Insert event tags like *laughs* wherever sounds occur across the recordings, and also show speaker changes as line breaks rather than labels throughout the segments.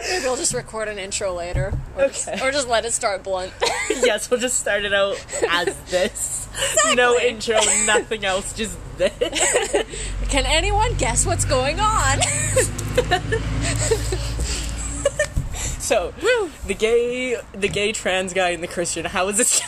Maybe we'll just record an intro later. Or, just,
Okay.
or just let it start blunt. *laughs*
*laughs* yes, we'll just start it out as this. No
Exactly.
intro, nothing else, just this.
Can anyone guess what's going on? *laughs*
So, the gay, the gay trans guy and the Christian. How is this?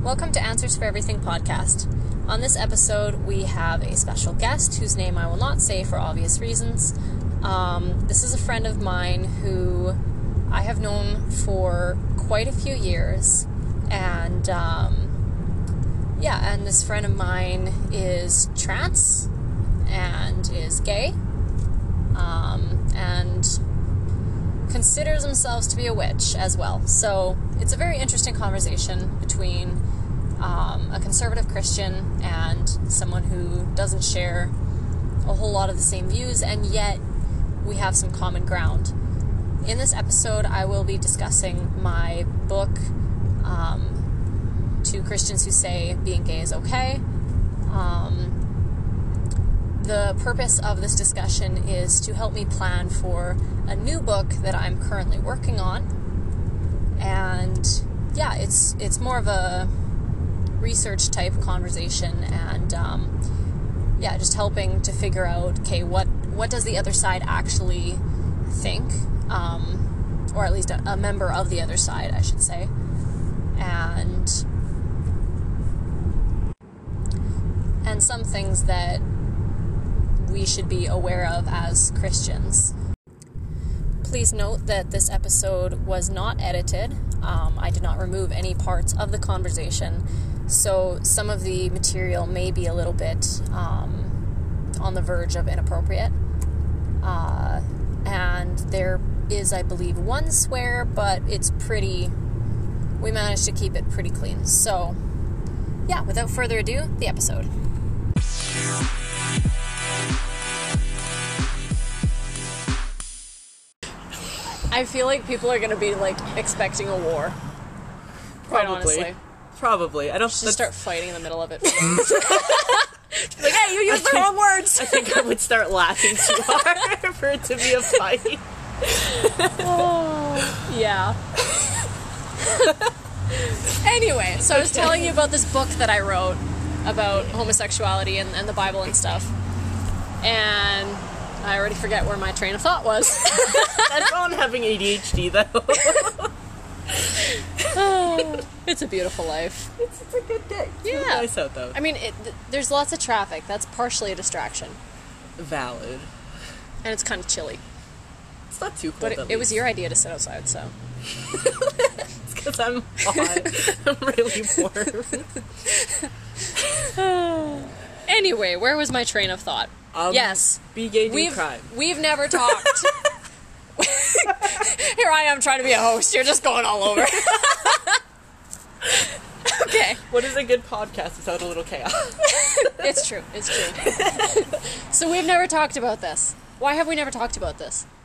Welcome to Answers for Everything podcast. On this episode, we have a special guest whose name I will not say for obvious reasons. Um, this is a friend of mine who I have known for quite a few years, and um, yeah, and this friend of mine is trans and is gay, um, and considers themselves to be a witch as well. So it's a very interesting conversation between um, a conservative Christian and someone who doesn't share a whole lot of the same views, and yet we have some common ground. In this episode, I will be discussing my book, um, To Christians Who Say Being Gay is Okay. Um, the purpose of this discussion is to help me plan for a new book that I'm currently working on. And yeah, it's it's more of a research type conversation and um, yeah, just helping to figure out okay, what what does the other side actually think, um, or at least a, a member of the other side, I should say, and and some things that we should be aware of as Christians. Please note that this episode was not edited. Um, I did not remove any parts of the conversation, so some of the material may be a little bit um, on the verge of inappropriate. Uh, and there is, I believe, one swear, but it's pretty. We managed to keep it pretty clean. So, yeah, without further ado, the episode. I feel like people are going to be like expecting a war. Quite honestly.
probably. I don't.
Just Mm.
that's-
start fighting in the middle of *laughs* it. like, hey, you used the
think-
wrong words. *laughs*
I think I would start laughing too hard for it to be a fight.
Yeah. *laughs* anyway, so I was telling you about this book that I wrote about homosexuality and, and the Bible and stuff. And I already forget where my train of thought was. *laughs*
That's on having ADHD though.
it's a beautiful life.
It's, it's a good day. It's
Yeah.
nice out though.
I mean, it, th- there's lots of traffic. That's partially a distraction.
Valid.
And it's kind of chilly.
It's not too cold.
But it,
at
it was
least.
your idea to sit outside, so. *laughs*
because I'm hot. I'm really warm.
*sighs* Anyway, where was my train of thought?
Um,
yes.
Be gay, do
We've,
crime.
we've never
*laughs*
talked. Here I am trying to be a host. You're just going all over. *laughs* okay.
What is a good podcast without a little chaos?
It's true. It's true.
*laughs*
so we've never talked about this. Why have we never talked about this? *laughs*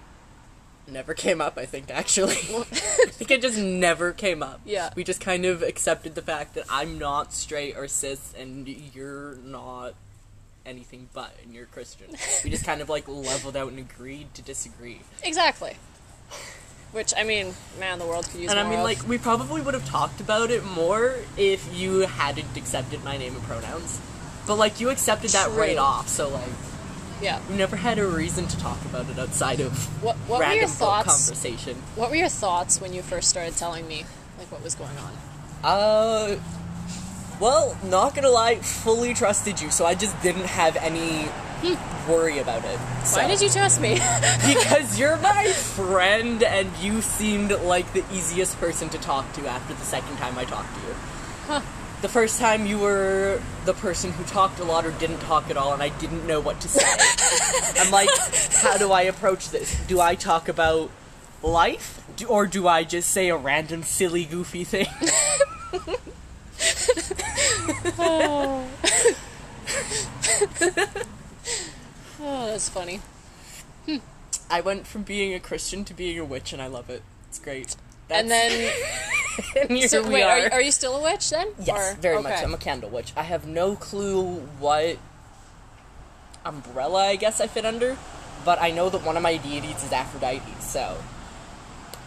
Never came up, I think, actually. *laughs* I think it just never came up.
Yeah.
We just kind of accepted the fact that I'm not straight or cis and you're not anything but and you're Christian. We just kind of like leveled out and agreed to disagree.
Exactly. Which, I mean, man, the world could use
And I
more
mean,
of.
like, we probably would have talked about it more if you hadn't accepted my name and pronouns. But, like, you accepted that
True.
right off, so, like,
Yeah.
we never had a reason to talk about it outside of
What, what were your
random boat
thoughts?
conversation.
What were your thoughts when you first started telling me, like, what was going on?
Uh, well, not gonna lie, fully trusted you, so I just didn't have any worry about it.
Hmm.
So.
Why did you trust me?
*laughs* Because you're my friend, and you seemed like the easiest person to talk to after the second time I talked to you. The first time you were the person who talked a lot or didn't talk at all, and I didn't know what
*laughs*
to say. I'm like, how do I approach this? Do I talk about life, do, or do I just say a random, silly, goofy thing?
*laughs* oh, that's funny.
I went from being a Christian to being a witch, and I love it. It's great. That's,
And then,
*laughs* and here
so,
we
wait,
are.
are. you- are you still a witch then?
yes,
Or-
very
okay.
much. I'm a candle witch. I have no clue what umbrella, I guess I fit under. But I know that one of my deities is Aphrodite, so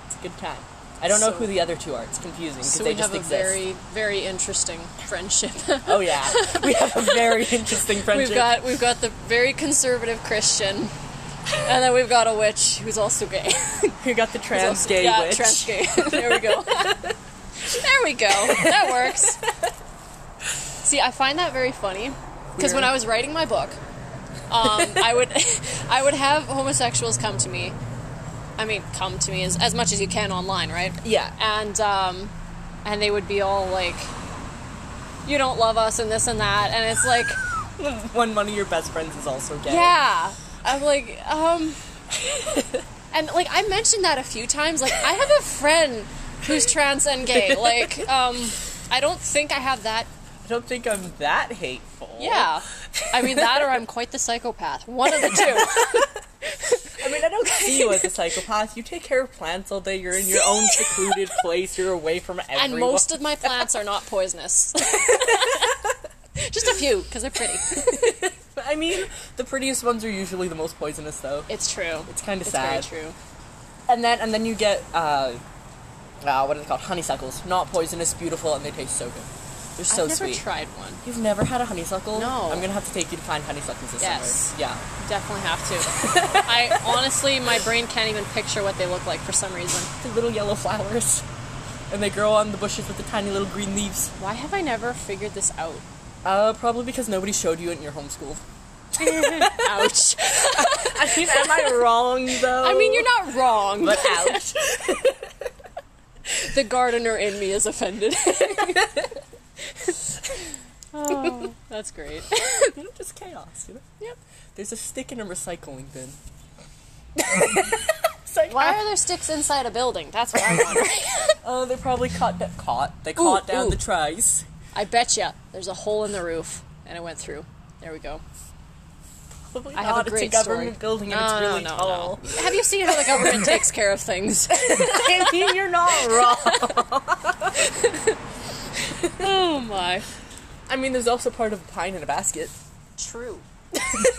it's a good time. I don't know
So-
who the other two are. It's confusing because
So
they
we
just
have a
exist.
very, very interesting friendship. *laughs*
Oh yeah, we have a very interesting friendship.
we've got we've got the very conservative Christian, and then we've got a witch who's also gay. *laughs*
we got the
Who's *laughs*
trans
also-
gay
yeah,
witch.
trans gay.
*laughs*
*laughs* there we go. there we go. That works. See, I find that very funny because when
Weird.
I was writing my book, um, I would *laughs* I would have homosexuals come to me. I mean, come to me as, as much as you can online, right?
yeah, *laughs*
and um, and they would be all like, "You don't love us," and this and that, and it's like,
when one of your best friends is also gay.
yeah, I'm like, um,
*laughs*
and like I mentioned that a few times. Like I have a friend who's trans and gay.
*laughs*
Like, um, I don't think I have that.
I don't think I'm that hateful.
Yeah, I mean that,
*laughs*
or I'm quite the psychopath. One of the two.
I mean, I don't see you as a psychopath. You take care of plants all day. You're in your
*laughs*
own secluded place. You're away from everyone.
And most of my plants are not
*laughs*
poisonous. Just a few, because they're pretty.
I mean, the prettiest ones are usually the most poisonous, though.
It's true.
It's kind of
It's
sad.
very true.
And then, and then you get uh, uh, what are they called? Honeysuckles. Not poisonous, beautiful, and they taste so good. They're so
I've never
sweet.
tried one.
You've never had a honeysuckle?
No.
I'm gonna have to take you to find honeysuckles this
Yes.
summer. Yeah.
Definitely have to.
*laughs*
I honestly, my brain can't even picture what they look like for some reason.
The little yellow flowers. And they grow on the bushes with the tiny little green leaves.
Why have I never figured this out?
*laughs*
*laughs*
Uh, probably because nobody showed you it in your homeschool.
Ouch.
*laughs* I mean, am I wrong though?
I mean, you're not wrong.
*laughs* But ouch.
the gardener in me is offended. oh, that's great.
you know, *laughs* just chaos. You know.
Yep.
There's a stick in a recycling *laughs* bin.
Why are there sticks inside a building? That's what I wonder.
Oh, they probably caught that caught. They caught down
ooh.
the tries.
I bet ya there's a hole in the roof, and it went through. There we go.
Probably
I have
not.
a great
it's a government
story.
building and
No,
it's
no,
really
no, no.
tall.
Have you seen how the government takes care of things?
*laughs* I mean, you're not wrong.
Oh my.
*laughs* I mean, there's also part of a pine in a basket.
True.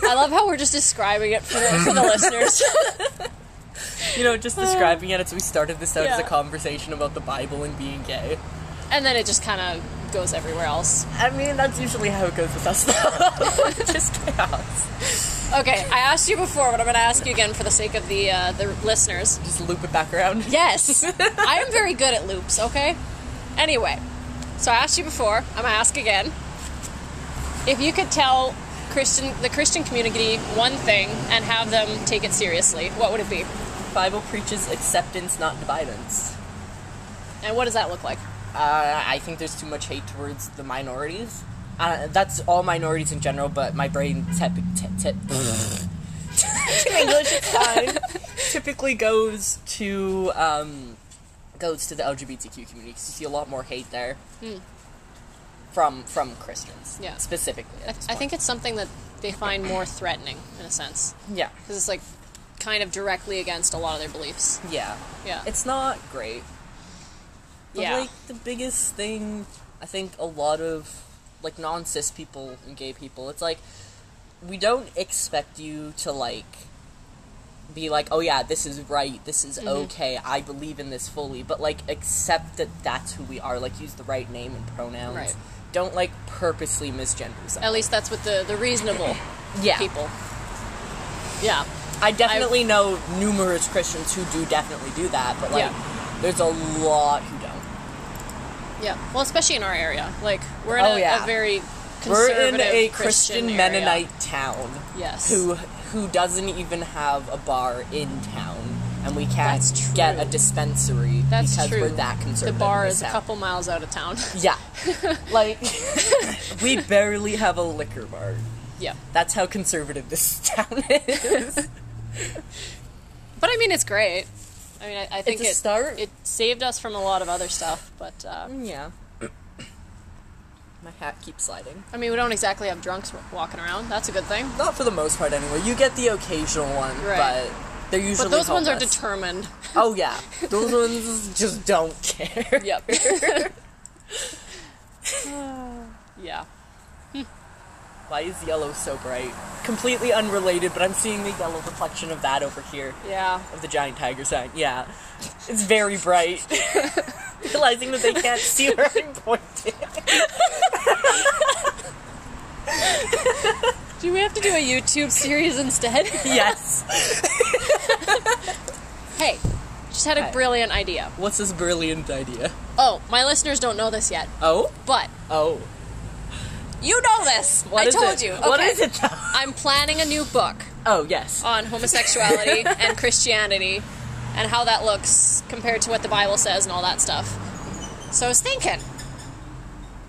I love how we're just describing it for the, for the listeners.
You know, just describing it as we started this out as a
Yeah.
conversation about the Bible and being gay.
And then it just kind of goes everywhere else.
I mean, that's usually how it goes with us, though. *laughs* just chaos.
Okay, I asked you before, but I'm going to ask you again for the sake of the uh, the listeners.
Just loop it back around. *laughs*
Yes, I am very good at loops. Okay. Anyway, so I asked you before. I'm gonna ask again. If you could tell Christian the Christian community one thing and have them take it seriously, what would it be?
Bible preaches acceptance, not dividence.
And what does that look like?
Uh, I think there's too much hate towards the minorities. Uh, that's all minorities in general, but my brain tep- te- te- English is fine. *laughs* Typically goes to um, goes to the LGBTQ community 'cause you see a lot more hate there from from Christians.
Yeah.
specifically.
I,
At this
I
point.
think it's something that they find more threatening in a sense
Yeah,
because it's like kind of directly against a lot of their beliefs.
yeah.
Yeah.
It's not great. But
yeah.
like the biggest thing I think a lot of like non cis people and gay people, it's like we don't expect you to like be like, oh yeah, this is right, this is
Mm-hmm.
okay, I believe in this fully, but like accept that that's who we are, like use the right name and pronouns.
Right.
Don't like purposely misgender someone.
At least that's what the, the reasonable
Yeah.
people. Yeah.
I definitely know numerous Christians who do definitely do that, but like there's a lot who don't.
Yeah. Well, especially in our area. Like, we're in
Oh,
a,
yeah.
a very
We're
conservative
in a
Christian,
Christian
area.
Mennonite town.
Yes.
who who doesn't even have a bar in town, and we can't
That's true.
get a dispensary
That's
because
true.
we're that conservative.
The bar
in
is
this
a
town.
couple miles out of town. *laughs*
Yeah, like we barely have a liquor bar. *laughs*
yeah.
That's how conservative this *laughs* town is.
But I mean, it's great. I mean, I, I think
a
it,
start.
it saved us from a lot of other stuff. But, uh,
yeah. My hat keeps sliding.
I mean, we don't exactly have drunks wa- walking around. That's a good thing.
Not for the most part, anyway. You get the occasional one,
Right.
but they're usually
But those ones are
homeless.
determined.
*laughs* Oh
*laughs*
yeah, those ones just don't care.
Yep. *laughs* yeah. Hmm.
Why is yellow so bright? Completely unrelated, but I'm seeing the yellow reflection of that over here.
Yeah.
Of the giant tiger sign. Yeah. It's very bright. *laughs* Realizing that they can't see where I'm pointing.
Do we have to do a YouTube series instead? *laughs*
Yes.
hey, just had a
Hey.
brilliant idea.
What's this brilliant idea?
Oh, my listeners don't know this yet,
Oh?
but
Oh.
you know this.
What
I
is
told
it?
you.
What
Okay.
is it *laughs* though?
I'm planning a new book
Oh, yes.
on
*laughs*
homosexuality and Christianity and how that looks compared to what the Bible says and all that stuff. So I was thinking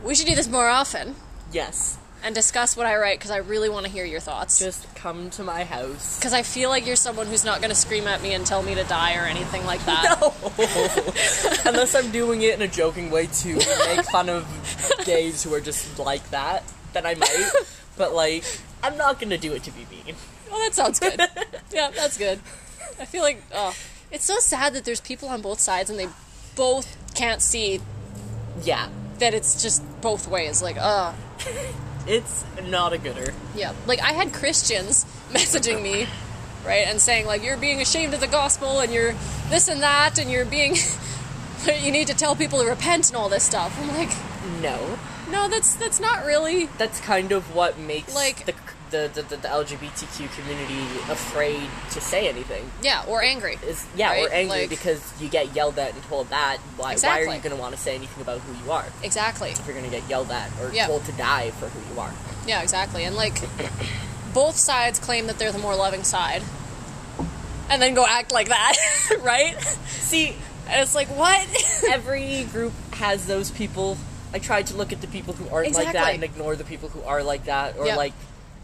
we should do this more often
Yes.
and discuss what I write because I really want to hear your thoughts.
Just come to my house. *laughs*
Because I feel like you're someone who's not going to scream at me and tell me to die or anything like that.
*laughs* No. Unless I'm doing it in a joking way to make fun of gays who are just like that, then
*laughs*
I might. But like, I'm not gonna do it to be mean.
Well, Oh, that sounds *laughs* good. yeah, that's good. I feel like oh, it's so sad that there's people on both sides and they both can't see
Yeah,
that it's just both ways. Like, uh,
it's not a gooder.
yeah. Like I had Christians *laughs* messaging me, right, and saying like you're being ashamed of the gospel and you're this and that and you're being *laughs* you need to tell people to repent and all this stuff. I'm like,
No,
no, that's that's not really
that's kind of what makes
Like-
the, the the the the LGBTQ community afraid to say anything.
yeah or angry.
Is yeah, we're
Right,
angry
like-
because you get yelled at and told that. Why? Why
Exactly.
are you gonna want to say anything about who you are?
Exactly.
If you're gonna get yelled at or
Yeah.
told to die for
*laughs*
who you are.
Yeah, exactly. And like, both sides claim that they're the more loving side, and then go act like that, *laughs* right?
See,
And it's like, what?
every group has those people. I tried to look at the people who aren't like that
Exactly.
and ignore the people who are like that, or
Yep.
like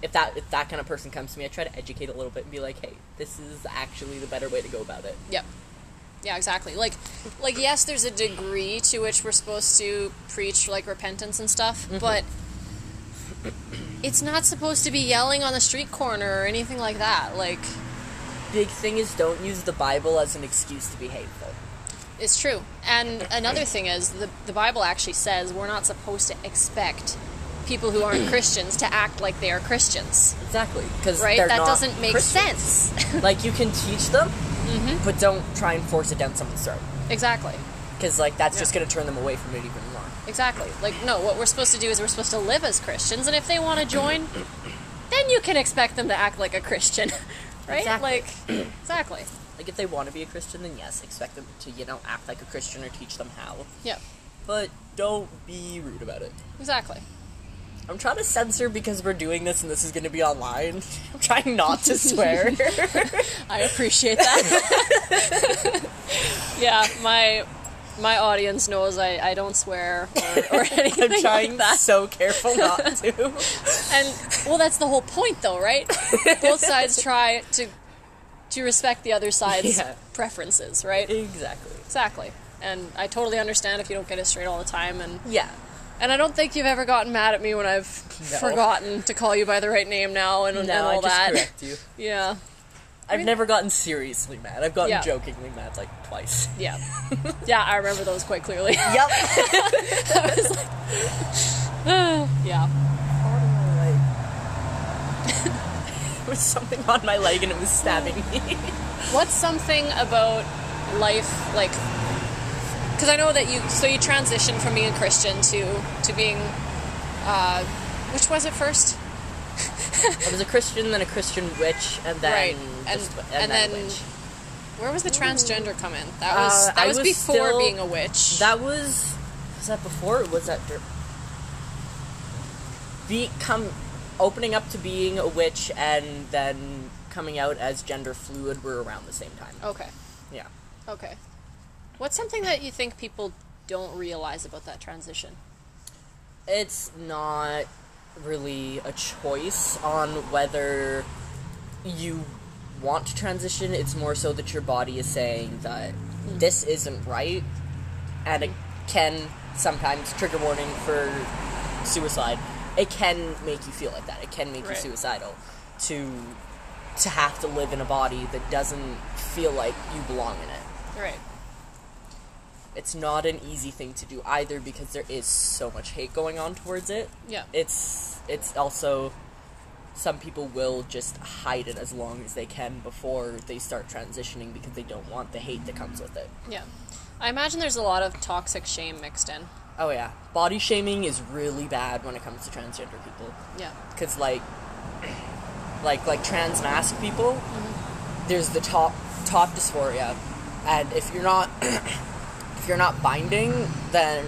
if that if that kind of person comes to me, I try to educate a little bit and be like, hey, this is actually the better way to go about it.
yep. Yeah, exactly. Like, like yes, there's a degree to which we're supposed to preach like repentance and stuff, but it's not supposed to be yelling on the street corner or anything like that. Like,
Big thing is don't use the Bible as an excuse to be hateful.
it's true. And another thing is the the Bible actually says we're not supposed to expect people who aren't Christians to act like they are Christians.
Exactly, because
right? That doesn't make sense.
*laughs*
Mm-hmm.
like you can teach them, but don't try and force it down someone's throat,
exactly.
because like that's just going to turn them away from it even more.
Exactly. Like no, what we're supposed to do is we're supposed to live as Christians, and if they want to join, then you can expect them to act like a Christian, *laughs* right?
Exactly.
Like exactly.
Like if they want to be a Christian, then yes, expect them to you know act like a Christian or teach them how.
Yeah.
but don't be rude about it.
Exactly.
I'm trying to censor because we're doing this and this is going to be online. *laughs* I'm trying not to
*laughs*
swear.
I appreciate that. *laughs* yeah, my my audience knows I, I don't swear or, *laughs* or anything
*laughs* I'm trying
like that.
so careful not to.
And well, that's the whole point, though, right? Both sides try to to respect the other side's
*laughs* Yeah.
preferences, right?
*laughs* exactly.
Exactly. And I totally understand if you don't get it straight all the time, and
Yeah.
and I don't think you've ever gotten mad at me when I've
No.
forgotten to call you by the right name now and, and
Now I
all
just
that.
correct *laughs* you.
*laughs* Yeah,
I've never gotten seriously mad. I've gotten
Yeah.
jokingly mad like twice. *laughs*
yeah, yeah. I remember those quite clearly. *laughs*
Yep.
yeah.
there was something on my leg and it was stabbing me.
What's something about life like? Because I know that you so you transitioned from being a Christian to to being, uh, which was it first?
*laughs* I was a Christian, then a Christian witch, and then
Right. And-
just-
and
then, a
then-
witch.
Where was the transgender come in? That was
Uh,
that
I
was,
was
before
still-
being a witch.
That was was that before or was that dur- be come opening up to being a witch and then coming out as gender fluid were around the same time.
okay.
Yeah.
Okay. What's something that you think people don't realize about that transition?
It's not really a choice on whether you want to transition. It's more so that your body is saying that this isn't right and it can sometimes trigger warning for suicide. It can make you feel like that. It can make
Right.
you suicidal to to have to live in a body that doesn't feel like you belong in it.
Right.
It's not an easy thing to do either because there is so much hate going on towards it
Yeah.
it's it's also some people will just hide it as long as they can before they start transitioning because they don't want the hate that comes with it.
Yeah. I imagine there's a lot of toxic shame mixed in.
Oh yeah, body shaming is really bad when it comes to transgender people
Yeah.
because like like like trans mask people there's the top top dysphoria and if you're not *clears throat* if you're not binding then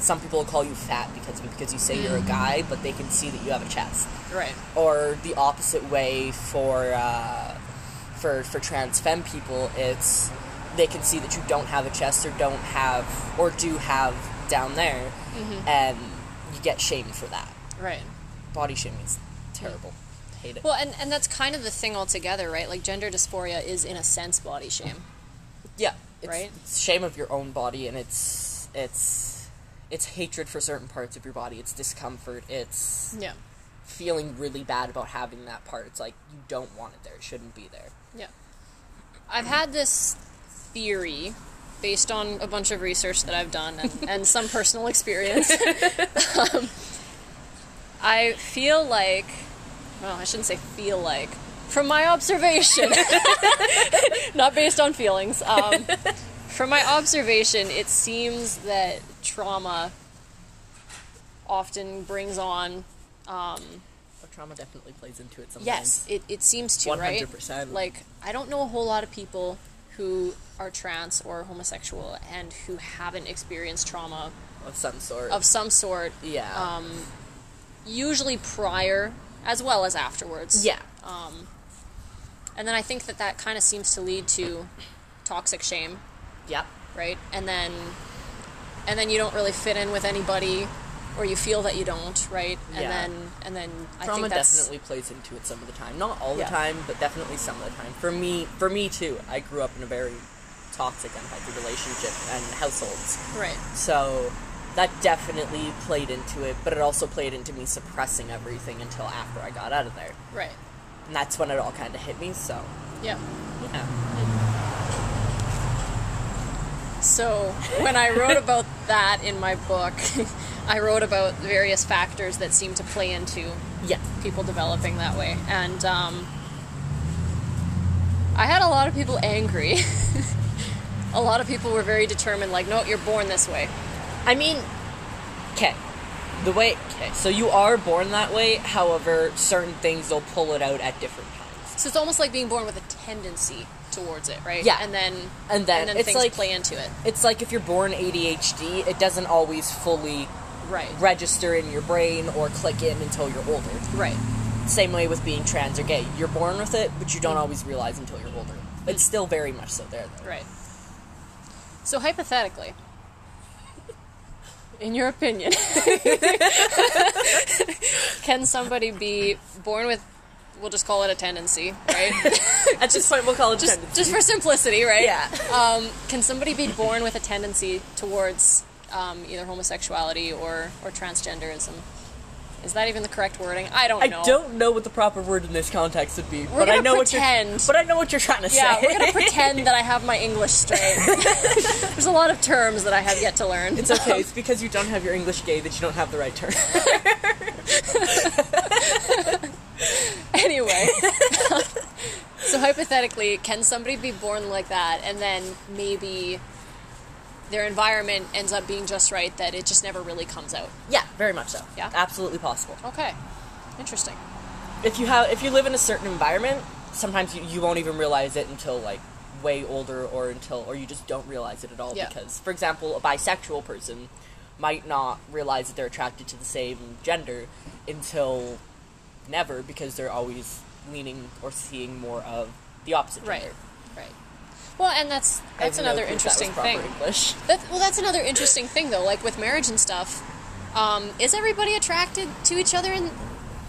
some people will call you fat because because you say you're a guy but they can see that you have a chest
Right.
or the opposite way for uh, for for trans femme people it's they can see that you don't have a chest or don't have or do have down there and you get shamed for that
Right.
body shaming is terrible. Hate it.
Well, and, and that's kind of the thing altogether, right? Like gender dysphoria is in a sense body shame.
yeah, it's,
right?
It's shame of your own body, and it's it's it's hatred for certain parts of your body. It's discomfort. It's
Yeah.
feeling really bad about having that part. It's like you don't want it there. It shouldn't be there.
Yeah. I've had this theory based on a bunch of research that I've done and, and some personal experience. um, I feel like, well, I shouldn't say feel like, from my observation, *laughs* not based on feelings, um, from my observation, it seems that trauma often brings on
But trauma definitely plays into it sometimes.
Yes, it, it seems to, right?
100%.
Like, I don't know a whole lot of people who are trans or homosexual and who haven't experienced trauma
of some sort.
of um, some sort,
yeah.
usually prior as well as afterwards.
yeah.
And then I think that that kind of seems to lead to toxic shame,
yep.
right? And then and then you don't really fit in with anybody or you feel that you don't, right? And
Yeah.
then and then I
Trauma
think that's
definitely plays into it some of the time. Not all
Yeah.
the time, but definitely some of the time. For me, for me too. I grew up in a very toxic, unhealthy relationship and households.
right.
So that definitely played into it, but it also played into me suppressing everything until after I got out of there.
Right.
And that's when it all kind of hit me, so
Yeah.
yeah.
So when I
*laughs*
wrote about that in my book, *laughs* I wrote about various factors that seem to play into
Yeah.
people developing that way, and um, I had a lot of people angry. *laughs* a lot of people were very determined, like, no, you're born this way.
I mean, okay. The way, okay, so you are born that way, however, certain things will pull it out at different times.
So it's almost like being born with a tendency towards it, right?
Yeah.
and then
And then it's
things
like-
play into it,
It's like if you're born ADHD, it doesn't always fully
right?
register in your brain or click in until you're older.
Right.
Same way with being trans or gay. You're born with it, but you don't always realize until you're older. It's still very much so there,
*laughs*
though.
Right. So hypothetically, in your opinion, *laughs* can somebody be born with we'll just call it a tendency,
*laughs*
right?
At this point, we'll call it
just just for simplicity, right? *laughs*
Yeah. Uh,
Um, can somebody be born with a tendency towards um, either homosexuality or or transgenderism? Is that even the correct wording? I don't
I
know.
don't know what the proper word in this context would be, but I
gonna
know what
pretend.
*laughs* you're. But I know what you're trying to
Yeah,
say.
we're gonna pretend that I have my English
*laughs*
straight. There's a lot of terms that I have yet to learn.
it's okay. It's because you don't have your English gay that you don't have the right term.
anyway *laughs* so hypothetically can somebody be born like that and then maybe their environment ends up being just right that it just never really comes out
yeah, very much so.
Yeah.
absolutely possible.
okay interesting
If you have, if you live in a certain environment, sometimes you, you won't even realize it until like way older, or until, or you just don't realize it at all
Yeah.
because, for example, a bisexual person might not realize that they're attracted to the same gender until never because they're always leaning or seeing more of the opposite
right
gender.
right well and that's
I
that's
have no
another
clue if that was
interesting
proper
thing
English. *laughs*
That, well, that's another interesting thing, though. Like with marriage and stuff, um, is everybody attracted to each other? And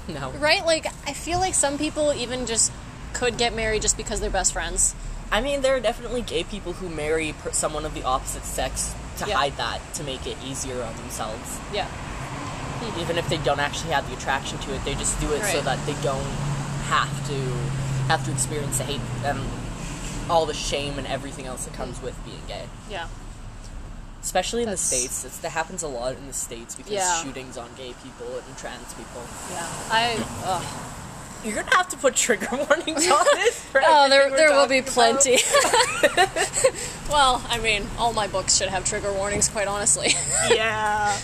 No.
right, like I feel like some people even just could get married just because they're best friends.
I mean, there are definitely gay people who marry per- someone of the opposite sex to
Yeah.
hide that, to make it easier on themselves.
Yeah,
Even if they don't actually have the attraction to it, they just do it so
Hmm. Right.
that they don't have to have to experience the hate and all the shame and everything else that comes with being gay.
yeah,
Especially in
That's-
the states, it's, that happens a lot in the states because
Yeah.
shootings on gay people and trans people.
yeah. I. uh, Ugh.
you're gonna have to put trigger *laughs* warnings on this. for
*laughs* Oh, there,
everything we're
there will be
talking
plenty. *laughs* well, I mean, all my books should have trigger warnings, quite honestly. *laughs*
about. Yeah.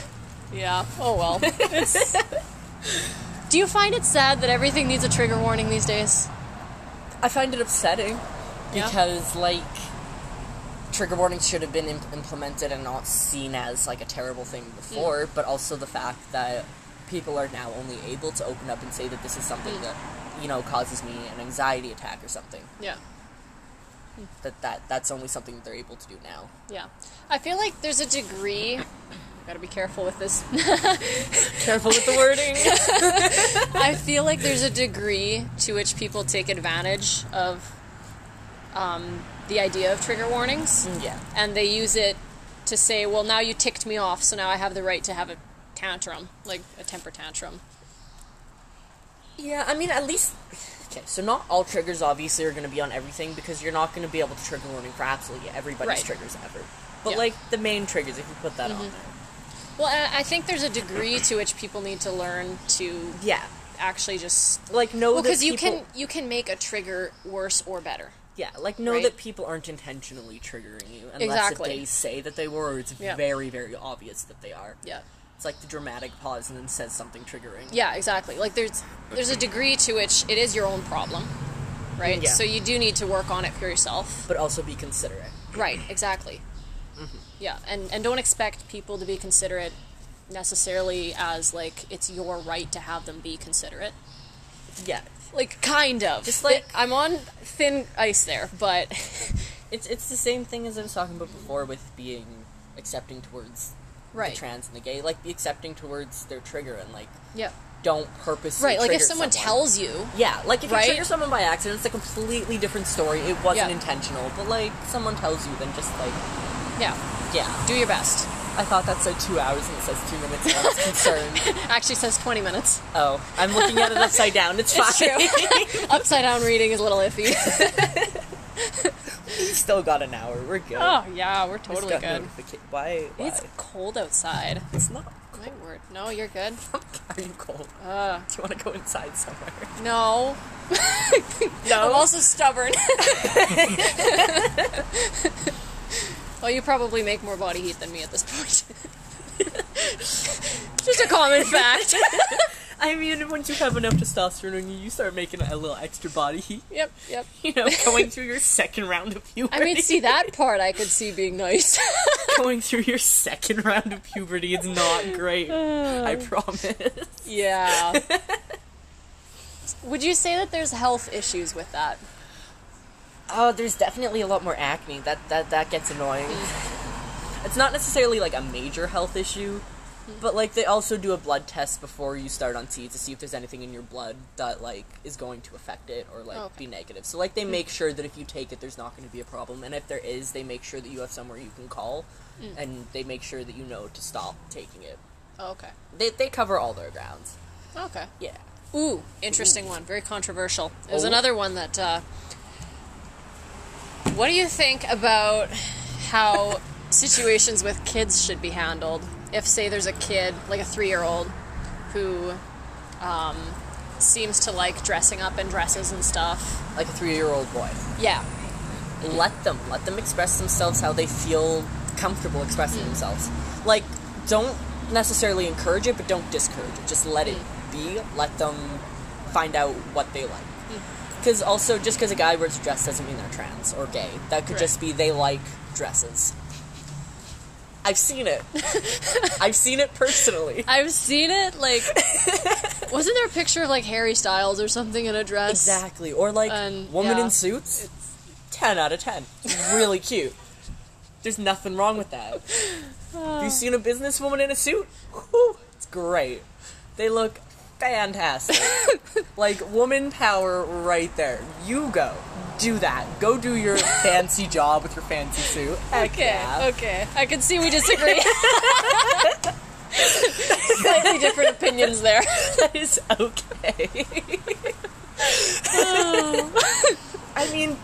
yeah. Oh well. It's- *laughs* Do you find it sad that everything needs a trigger warning these days?
I find it upsetting
Yeah.
because like trigger warnings should have been imp- implemented and not seen as like a terrible thing before, but also the fact that people are now only able to open up and say that this is something that you know causes me an anxiety attack or something.
Yeah.
That that that's only something that they're able to do now.
Yeah. I feel like there's a degree. Gotta be careful with *laughs* this.
Careful with the wording.
I feel like there's a degree to which people take advantage of um, the idea of trigger warnings.
*laughs* yeah.
and they use it to say, "Well, now you ticked me off, so now I have the right to have a tantrum, like a temper tantrum."
Yeah, I mean, at least. Okay, so not all triggers obviously are going to be on everything because you're not going to be able to trigger warning for absolutely everybody's
Right.
triggers ever. But
Yeah.
like the main triggers, if you put that on there.
Well, I I think there's a degree to which people need to learn to
Yeah,
actually just
like know
well,
that
because
people.
you can you can make a trigger worse or better.
yeah, like know
right?
that people aren't intentionally triggering you unless
Exactly.
if they say that they were. Or it's
Yeah.
very, very obvious that they are.
Yeah.
It's like the dramatic pause and then says something triggering.
Yeah, exactly. Like there's there's a degree to which it is your own problem, right?
Yeah.
So you do need to work on it for yourself.
But also be considerate.
Right, exactly. Yeah, and, and don't expect people to be considerate necessarily as like it's your right to have them be considerate.
Yeah,
Like kind of.
Just like-
I'm on thin ice there, but
it's it's the same thing as I was talking about before with being accepting towards
*laughs* Right.
the trans and the gay. Like be accepting towards their trigger and like
yeah.
don't purposely
Right, like if
trigger
someone,
someone.
tells you
yeah like if
Right?
you trigger someone by accident it's a completely different story it wasn't
Yeah.
intentional but like someone tells you then just like
Yeah,
yeah
do your best.
i thought that said two hours and it says two minutes and i was *laughs* concerned
Actually says twenty minutes. *laughs*
oh i'm looking at it upside down it's fine
It's true. Upside down reading is a little iffy.
we *laughs* still got an hour we're good
*laughs* oh yeah, we're
We just
totally
got
good.
notifica- why, why?
It's cold outside.
it's not *laughs*
My word. No, you're good.
are you cold
Uh
do you want to go inside somewhere
*laughs* no. I'm
no
also stubborn. *laughs* well, you probably make more body heat than me at this point. *laughs* Just a common *laughs* fact.
i mean once you have enough testosterone you start making a little extra body heat *laughs*
yep, yep.
you know going through your second round of puberty
I mean, see that part I could see being *laughs* nice.
*laughs* going through your second round of puberty is not *sighs* great. I promise.
*laughs* yeah. Would you say that there's health issues with that?
Oh, there's definitely a lot more acne. That that that gets annoying.
Mm.
It's not necessarily like a major health issue, but like they also do a blood test before you start on T to see if there's anything in your blood that like is going to affect it or like
Oh, okay.
be negative. So like they make sure that if you take it, there's not going to be a problem, and if there is, they make sure that you have somewhere you can call,
Mm.
and they make sure that you know to stop taking it.
Oh, okay.
They they cover all their grounds.
Okay.
Yeah.
Ooh, interesting one. Very controversial. There's
Oh.
another one that. Uh, what do you think about how *laughs* situations with kids should be handled? If, say, there's a kid, like a three year old, who um, seems to like dressing up in dresses and stuff.
Like a three year old boy.
Yeah.
let them let them express themselves how they feel comfortable expressing themselves like don't necessarily encourage it but don't discourage it just let it be let them find out what they like because also just because a guy wears a dress doesn't mean they're trans or gay that could
Correct.
just be they like dresses i've seen *laughs* it i've seen it personally
I've seen it, *laughs* like. wasn't there a picture of like Harry Styles or something in a dress?
exactly or like
And,
woman
yeah.
in suits 10 out of 10 It's really cute there's nothing wrong with that
Ah.
Have you seen a businesswoman in a suit? Whew, it's great. They look
*laughs*
fantastic. like woman power right there. You go. Do that. Go do your fancy job with your fancy suit. Heck
Okay,
yeah. *laughs*
okay. I can see we disagree. *laughs* Slightly different opinions there.
That is okay.
Oh.
I mean,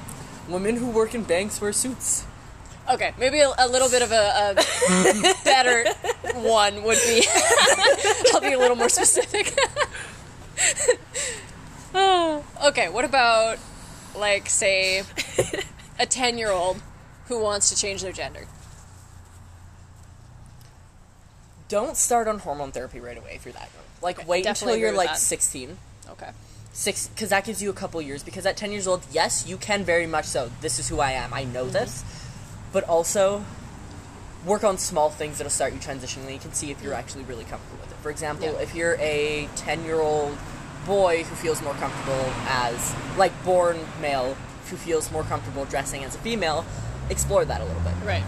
women who work in banks wear suits.
Okay, maybe a, a little bit of a, a better one would be. *laughs* I'll be a little more specific. *laughs* Okay, what about like say a 10-year-old who wants to change their gender?
Don't start on hormone therapy right away if you're that young. Like, wait
definitely
until you're
agree with
like
that.
16.
Okay.
Six, because that gives you a couple years. Because at 10 years old, yes, you can very much so. This is who I am. I know this. But also, work on small things that'll start you transitioning. You can see if you're actually really comfortable with it. For example,
Yeah.
if you're a 10 year old boy who feels more comfortable as, like, born male, who feels more comfortable dressing as a female, explore that a little bit
Right.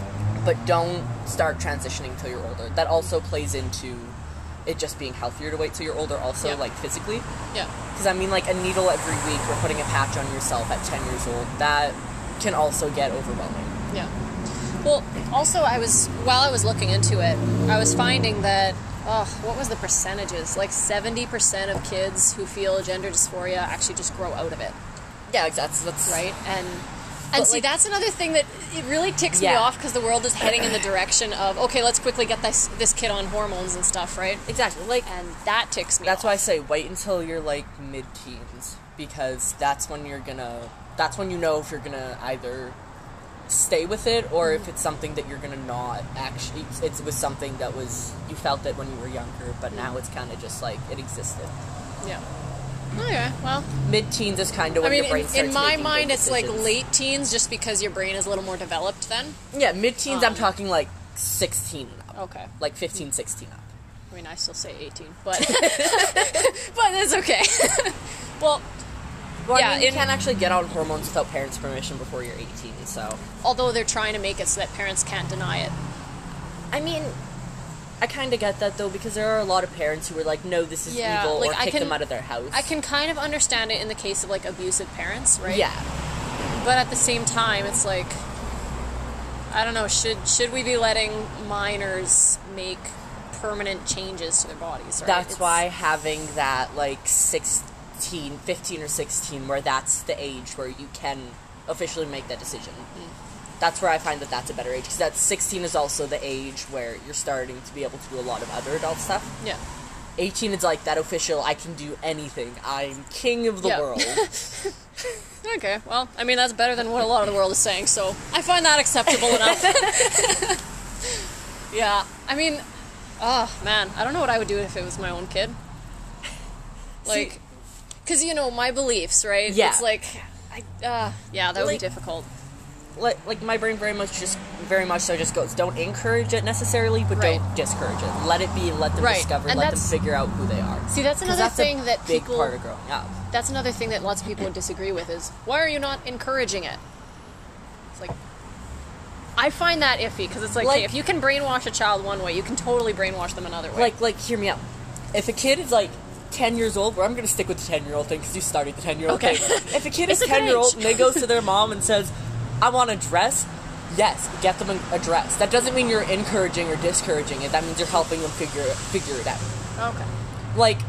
but don't start transitioning till you're older. That also plays into it just being healthier to wait till you're older, also
Yeah.
like physically.
Yeah.
Because I mean, like a needle every week or putting a patch on yourself at 10 years old, that can also get overwhelming.
Yeah. Well, also I was while I was looking into it, I was finding that oh, what was the percentages? Like 70% of kids who feel gender dysphoria actually just grow out of it.
Yeah, ex- that's that's
right? And and
But,
see,
like-
that's another thing that it really ticks me
Yeah.
off because the world is heading in the direction of okay, let's quickly get this this kid on hormones and stuff, right?
Exactly. Like
And that ticks me.
that's
off.
why I say wait until you're like mid-teens because that's when you're gonna. That's when you know if you're gonna either stay with it or if it's something that you're gonna not actually. It's, it was something that was you felt it when you were younger, but now it's kind of just like it existed.
Yeah. Okay. Oh, Well,
Mid-teens is kind of
I
when
mean,
your brain
in,
starts
in my
making
mind,
big
it's like
decisions.
late teens, just because your brain is a little more developed then.
Yeah, mid-teens.
um,
I'm talking like 16 and up,
Okay.
like 15, 16 up.
I mean, I still say eighteen, but *laughs* but it's okay. *laughs* well,
Well,
Yeah,
I mean, you
in-
can't actually get on hormones without parents' permission before you're 18. So,
although they're trying to make it so that parents can't deny it.
I mean, I kind of get that though because there are a lot of parents who are like, "No, this is
Yeah,
evil,"
like,
or
I
kick
can-
them out of their house.
I can kind of understand it in the case of like abusive parents, right?
Yeah,
but at the same time it's like i don't know should should we be letting minors make permanent changes to their bodies right?
that's
It's-
why having that like 16, 15 or 16, where that's the age where you can officially make that decision.
Mm.
That's where I find that that's a better age because that 16 is also the age where you're starting to be able to do a lot of other adult stuff.
yeah
18 is like that official, I can do anything. I'm king of the
Yeah.
world.
okay well i mean that's better than what a lot of the world is saying so i find that acceptable *laughs* enough yeah i mean oh man i don't know what i would do if it was my own kid like because you know my beliefs right
Yeah.
it's like I, uh, yeah that would
Like-
be difficult
like, like my brain very much just very much so just goes don't encourage it necessarily but
Right.
don't discourage it let it be let them
Right,
discover
and
let them
that's-
figure out who they are
see that's
'Cause
another
that's a
thing that
big
people
part of growing up
that's another thing that lots of people would disagree with is why are you not encouraging it it's like i find that iffy because it's like,
Like-
hey, if you can brainwash a child one way you can totally brainwash them another way
like like hear me out if a kid is like 10 years old well i'm gonna stick with the 10 year old thing because you started the 10 year old
Okay. *laughs*
thing if a kid
It's a
is
good
10 year old
age.
and they goes to their mom and says i want a dress yes get them a- a dress that doesn't mean you're encouraging or discouraging it that means you're helping them figure figure it out
okay
like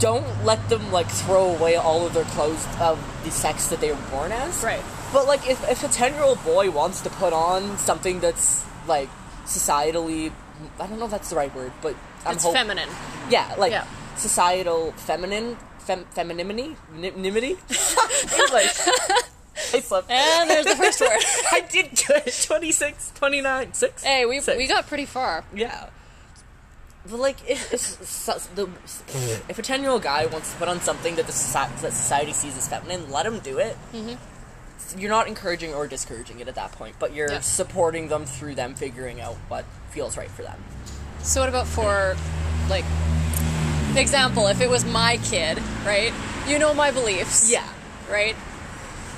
don't let them like throw away all of their clothes of the sex that they were born as
Right.
but like if, if a 10 year old boy wants to put on something that's like societally i don't know if that's the right word but i'm
it's
hoping
feminine
yeah like
Yeah.
societal feminine fem- femininity nimity english i
*laughs*
slept
and there's the first word
i did good *laughs* 26 29 6
hey we,
Six.
we got pretty far
yeah. But like, if, if, so- the, if a ten-year-old guy wants to put on something that the society, that society sees as feminine, let him do it. Mm-hmm. You're not encouraging or discouraging it at that point, but you're
Yeah.
supporting them through them figuring out what feels right for them.
so what about for like example if it was my kid right you know my beliefs right?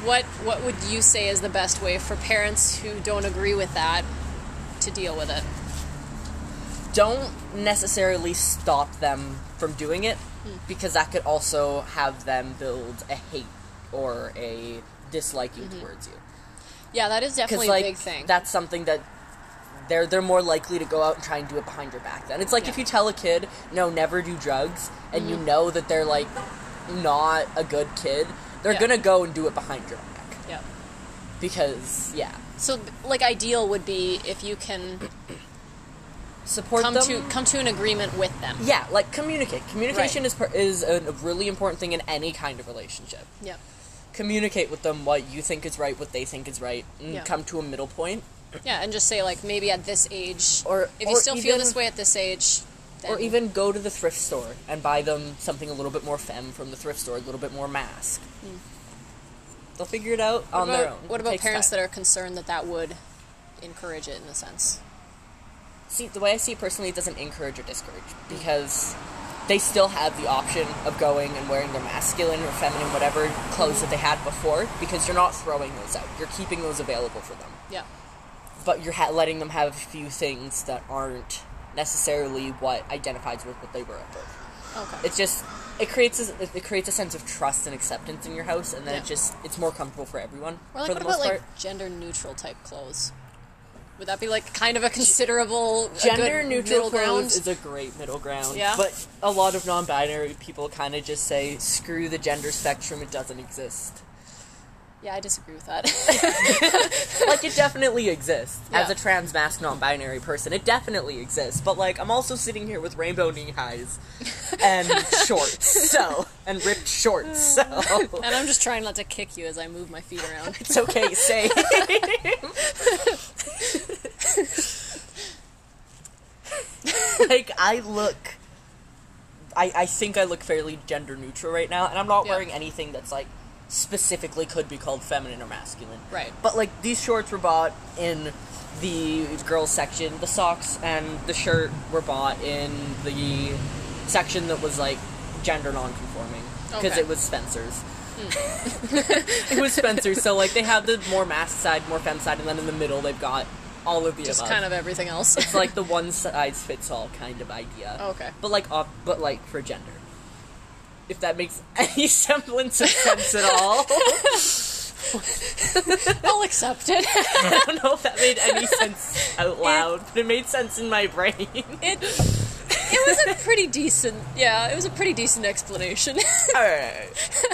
What what would you say is the best way for parents who don't agree with that to deal with it?
Don't necessarily stop them from doing it, because that could also have them build a hate or a disliking towards you.
Yeah, that is definitely
because like
a big thing.
that's something that they're they're more likely to go out and try and do it behind your back. Then it's like if
Yeah. Mm-hmm.
you tell a kid no, never do drugs, and you know that they're like not a good kid, they're
Yeah.
gonna go and do it behind your back
yeah.
because yeah,
So like ideal would be if you can
Support
come
them.
to come to an agreement with them.
yeah, like communicate. Communication is per- is a really important thing in any kind of relationship.
Yep.
Communicate with them what you think is right, what they think is right, and
Yeah.
come to a middle point.
Yeah, and just say like maybe at this age,
Or-
if you
or
still feel
even-
this way at this age, then
Or even go to the thrift store and buy them something a little bit more femme from the thrift store, a little bit more mask. They'll figure it out
Hmm. What
on
about,
their own.
What about parents that are concerned that that would encourage it in a sense?
are see the way I see it personally, it doesn't encourage or discourage
Hmm.
because they still have the option of going and wearing their masculine or feminine whatever clothes that they had before because you're not throwing those out. You're keeping those available for them.
Yeah.
but you're ha- letting them have a few things that aren't necessarily what identifies with what they were up with.
Okay.
It's just it creates a, it creates a sense of trust and acceptance in your house, and then
Yeah.
it just it's more comfortable for everyone
Or like what
for the
about
most
like
part.
gender neutral type clothes? Would that be like kind of a considerable a good
Gender neutral
middle ground?
clothes is a great middle ground.
Yeah.
But a lot of non binary people kind of just say, screw the gender spectrum, it doesn't
*laughs*
exist.
yeah, I disagree with that. *laughs*
like, it definitely exists. As
Yeah.
a trans mask non binary person, it definitely exists. But, like, I'm also sitting here with rainbow knee
*laughs*
highs and shorts, so. And ripped shorts,
*laughs*
so.
and I'm just trying not to kick you as I move my feet
*laughs*
around.
It's okay, say. like I look I, I think I look fairly gender neutral right now, and I'm not
Yeah.
wearing anything that's like specifically could be called feminine or masculine.
Right.
But like these shorts were bought in the girls section, the socks and the shirt were bought in the section that was like gender non-conforming because
Okay. Hmm.
it was Spencer's. *laughs* it was Spencer's, so like they have the more mask side, more femme side, and then in the middle they've got all of the
Just
above.
kind of everything else.
it's like the one size fits all kind of idea.
*laughs* Okay. *laughs*
But like off, but like for gender. If that makes *laughs* any semblance of sense at all. *laughs*
I'll accept it.
*laughs* I don't know if that made any sense out loud, but it made sense in my brain. *laughs*
it it was a pretty decent yeah, it was a pretty decent explanation.
Alright.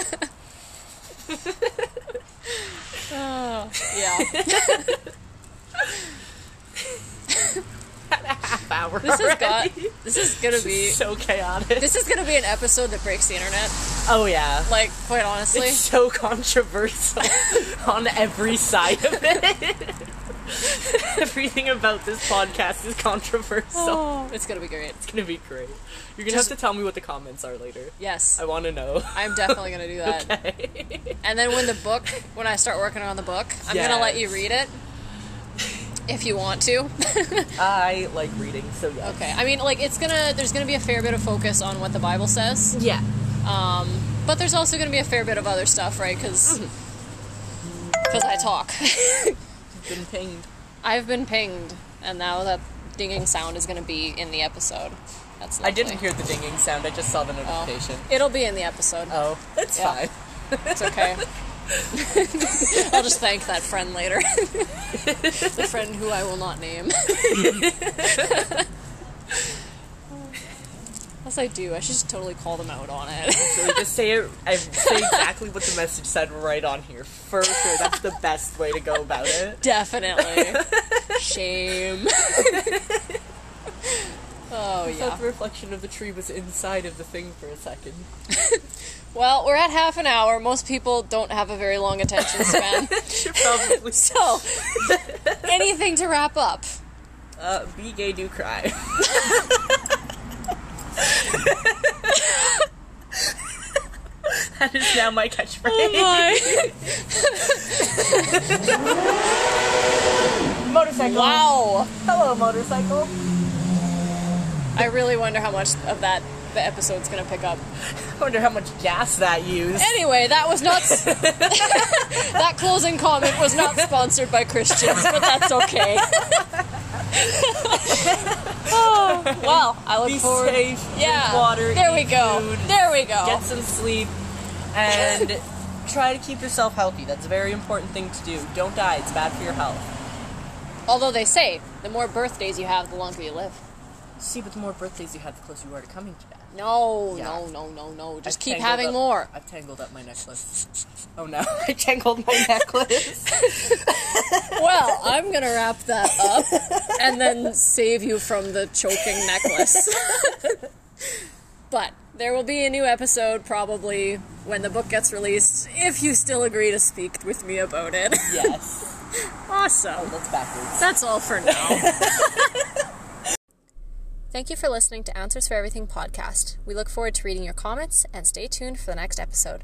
Oh, yeah.
Half hour.
This is got
already. *laughs*
this is gonna be
so chaotic.
this is gonna be an episode that breaks the internet.
oh yeah.
Like, quite honestly.
It's so controversial *laughs* on every side of it. *laughs* Everything about this podcast is controversial.
Oh, it's gonna be great.
It's gonna be great. You're gonna
Just-
have to tell me what the comments are later.
Yes.
I want to *laughs* know.
I'm definitely gonna do that.
Okay.
And then when the book, when I start working on the book, I'm gonna let you read it if you want to. *laughs*
I like reading, so yeah.
okay. I mean, like it's gonna there's gonna be a fair bit of focus on what the Bible says,
Yeah.
but there's also gonna be a fair bit of other stuff, right? Because because I talk. *laughs*
Been pinged.
I've been pinged, and now that dinging sound is gonna be in the episode. That's lovely.
I didn't hear the dinging sound. I just saw the
Oh.
notification.
It'll be in the episode.
Oh, that's
Yeah.
fine.
It's
*laughs*
okay. I'll just thank that friend
*laughs*
later. the friend who I will not name. Unless I do, I should just totally call them out on it. *laughs*
So we just say it. I say exactly what the message said right on here for sure. That's the best way to go about it.
Definitely.
*laughs*
Shame. oh, yeah.
thought the reflection of the tree was inside of the thing for a second.
Well, we're at half an hour. Most people don't have a very long attention span.
Should *laughs* probably
so, *laughs* anything to wrap up?
uh, be gay, do cry. *laughs* that is now my catchphrase.
Oh,
motorcycle.
wow.
Hello, motorcycle.
I really wonder how much of that the episode's gonna pick up.
I wonder how much gas that used.
Anyway, that was not. *laughs* that closing comment was not sponsored by Christians, but that's okay. *laughs* oh, well, I look
Be
forward.
safe.
yeah.
Drink water.
there we
eat
go.
Food,
There we go.
Get some sleep. And *laughs* try to keep yourself healthy. That's a very important thing to do. Don't die. It's bad for your health.
Although they say the more birthdays you have, the longer you live.
See, but the more birthdays you have, the closer you are to coming to death.
No,
Yeah.
no, no, no, no. Just
I've
keep
tangled
having
up-
more.
I've tangled up my necklace. Oh no, *laughs* I tangled my necklace.
Well, I'm gonna wrap that up and then save you from the choking necklace. *laughs* but there will be a new episode probably when the book gets released, if you still agree to speak with me about it. *laughs*
yes,
awesome.
that's backwards.
That's all for now.
*laughs* Thank you for listening to Answers for Everything podcast. We look forward to reading your comments and stay tuned for the next episode.